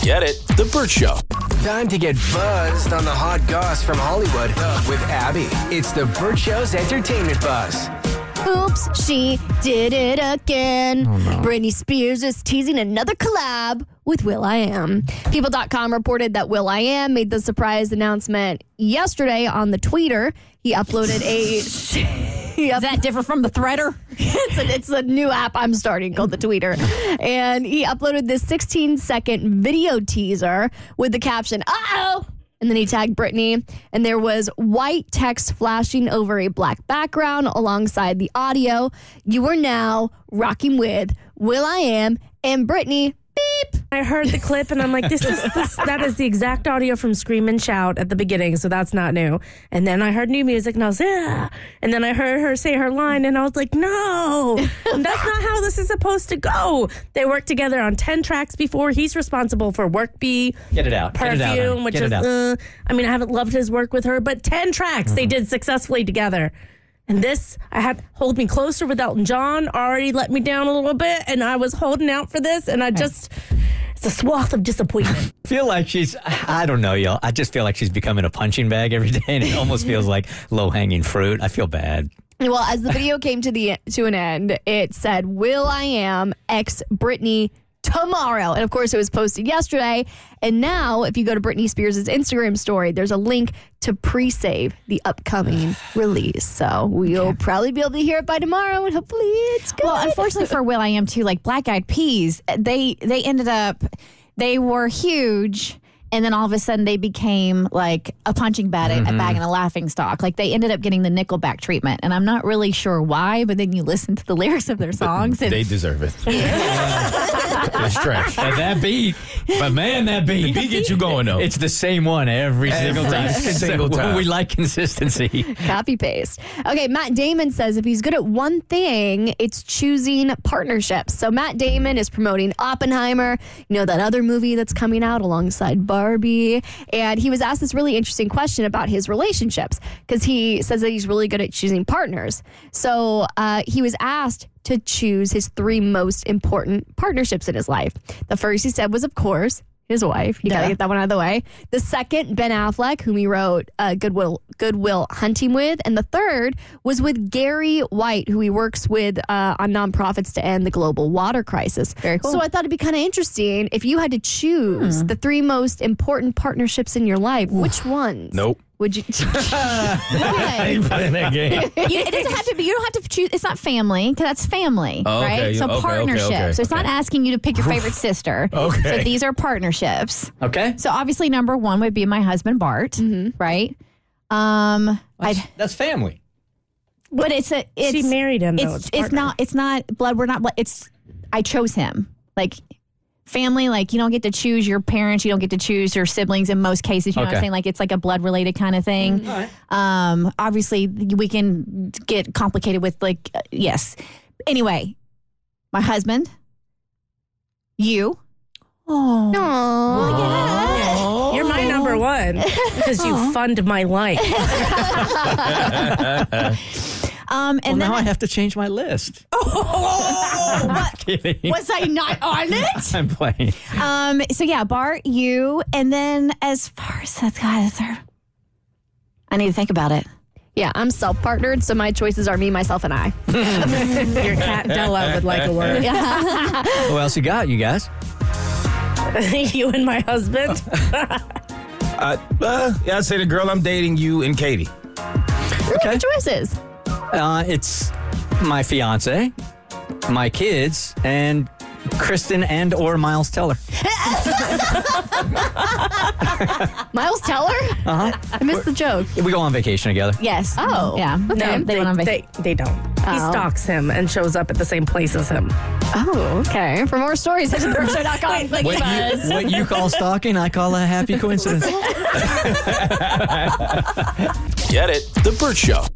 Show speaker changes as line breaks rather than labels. Get it? The Burt Show.
Time to get buzzed on the hot goss from Hollywood with Abby. It's the Burt Show's entertainment buzz.
Oops, she did it again.
Oh,
Britney Spears is teasing another collab with Will I Am. People.com reported that Will I Am made the surprise announcement yesterday on the Twitter. He uploaded a. he up-
Is that different from the threader?
it's, a, it's a new app I'm starting called the Tweeter. And he uploaded this 16 second video teaser with the caption, uh oh. And then he tagged Brittany, and there was white text flashing over a black background alongside the audio. You are now rocking with Will I Am and Brittany. Beep.
I heard the clip and I'm like, this is this, that is the exact audio from Scream and Shout at the beginning, so that's not new. And then I heard new music and I was, yeah. And then I heard her say her line and I was like, no, that's not how this is supposed to go. They worked together on ten tracks before. He's responsible for Work Bee,
Get it out. Get it
Perfume,
out, honey.
which
Get
is,
it out.
uh, I mean, I haven't loved his work with her, but ten tracks they did successfully together. And this, I had Hold Me Closer with Elton John already let me down a little bit, and I was holding out for this, and I just. It's a swath of disappointment.
I feel like she's, I don't know, y'all. I just feel like she's becoming a punching bag every day, and it almost feels like low hanging fruit. I feel bad.
Well, as the video came to the to an end, it said Will I Am ex Britney tomorrow. And of course it was posted yesterday. And now if you go to Britney Spears' Instagram story, there's a link to pre-save the upcoming release. So we'll probably be able to hear it by tomorrow and hopefully it's good.
Well, unfortunately for Will I Am too, like Black Eyed Peas, they they ended up they were huge and then all of a sudden they became like a punching bag,
Mm-hmm.
a bag and a laughing stock. Like they ended up getting the Nickelback treatment and I'm not really sure why, but then you listen to the lyrics of their songs and
They deserve it. That's trash.
And that beat,
But man, that beat. The beat gets you going though.
it's the same one every single
Every
time.
single
So
time.
We like consistency.
Copy paste. Okay, Matt Damon says if he's good at one thing, it's choosing partnerships. So Matt Damon is promoting Oppenheimer, you know, that other movie that's coming out alongside Barbie. And he was asked this really interesting question about his relationships because he says that he's really good at choosing partners. So uh, he was asked to choose his three most important partnerships in his life. The first he said was, of course, his wife. You gotta get that one out of the way. The second, Ben Affleck, whom he wrote uh, Goodwill Goodwill Hunting with, and the third was with Gary White, who he works with uh, on nonprofits to end the global water crisis. Very cool. Hmm. So I thought it'd be kind of interesting if you had to choose the three most important partnerships in your life. Which ones?
Nope.
Would you? Why?
Ain't playing that game.
you, it doesn't have to be. You don't have to choose. It's not family because that's family,
Oh, okay.
right?
You-
So
okay, okay,
partnerships.
okay,
so it's not
okay.
asking you to pick your favorite sister.
Okay.
So these are partnerships.
Okay?
So obviously, number one would be my husband Bart,
Mm-hmm.
right? Um, I'd,
That's family.
but it's a it's
she married him. though, his
it's it's
partner.
not it's not blood. We're not blood. It's I chose him. Like family, like you don't get to choose your parents. You don't get to choose your siblings in most cases. You know what
Okay.
I'm saying? Like it's like a blood related kind of thing.
Mm-hmm.
Um, obviously we can get complicated with like uh, yes. Anyway, my husband, you.
Aw.
You're my number one because you fund my life.
Um,
well,
and then
now I have to change my list. Oh, kidding.
was I not on it?
I'm playing.
Um, so yeah, Bart, you, and then as far as that's God, is there? I need to think about it.
Yeah, I'm self partnered, so my choices are me, myself, and I.
Your cat Della would like a word.
Who else you got, you guys?
you and my husband.
I, uh, yeah, I'd say the girl I'm dating, you and Katie.
Good choices.
Uh, it's my fiance, my kids, and Kristen and or Miles Teller.
Miles Teller. Uh huh. I missed the joke.
We go on vacation together.
Yes.
Oh,
yeah.
okay.
No, they, went on vacation.
They, they don't. He
Oh.
stalks him and shows up at the same place as him.
Oh, okay. For more stories, visit thebirdshow.com. Wait,
What you, what you call stalking, I call a happy coincidence.
Get it? The Burt Show.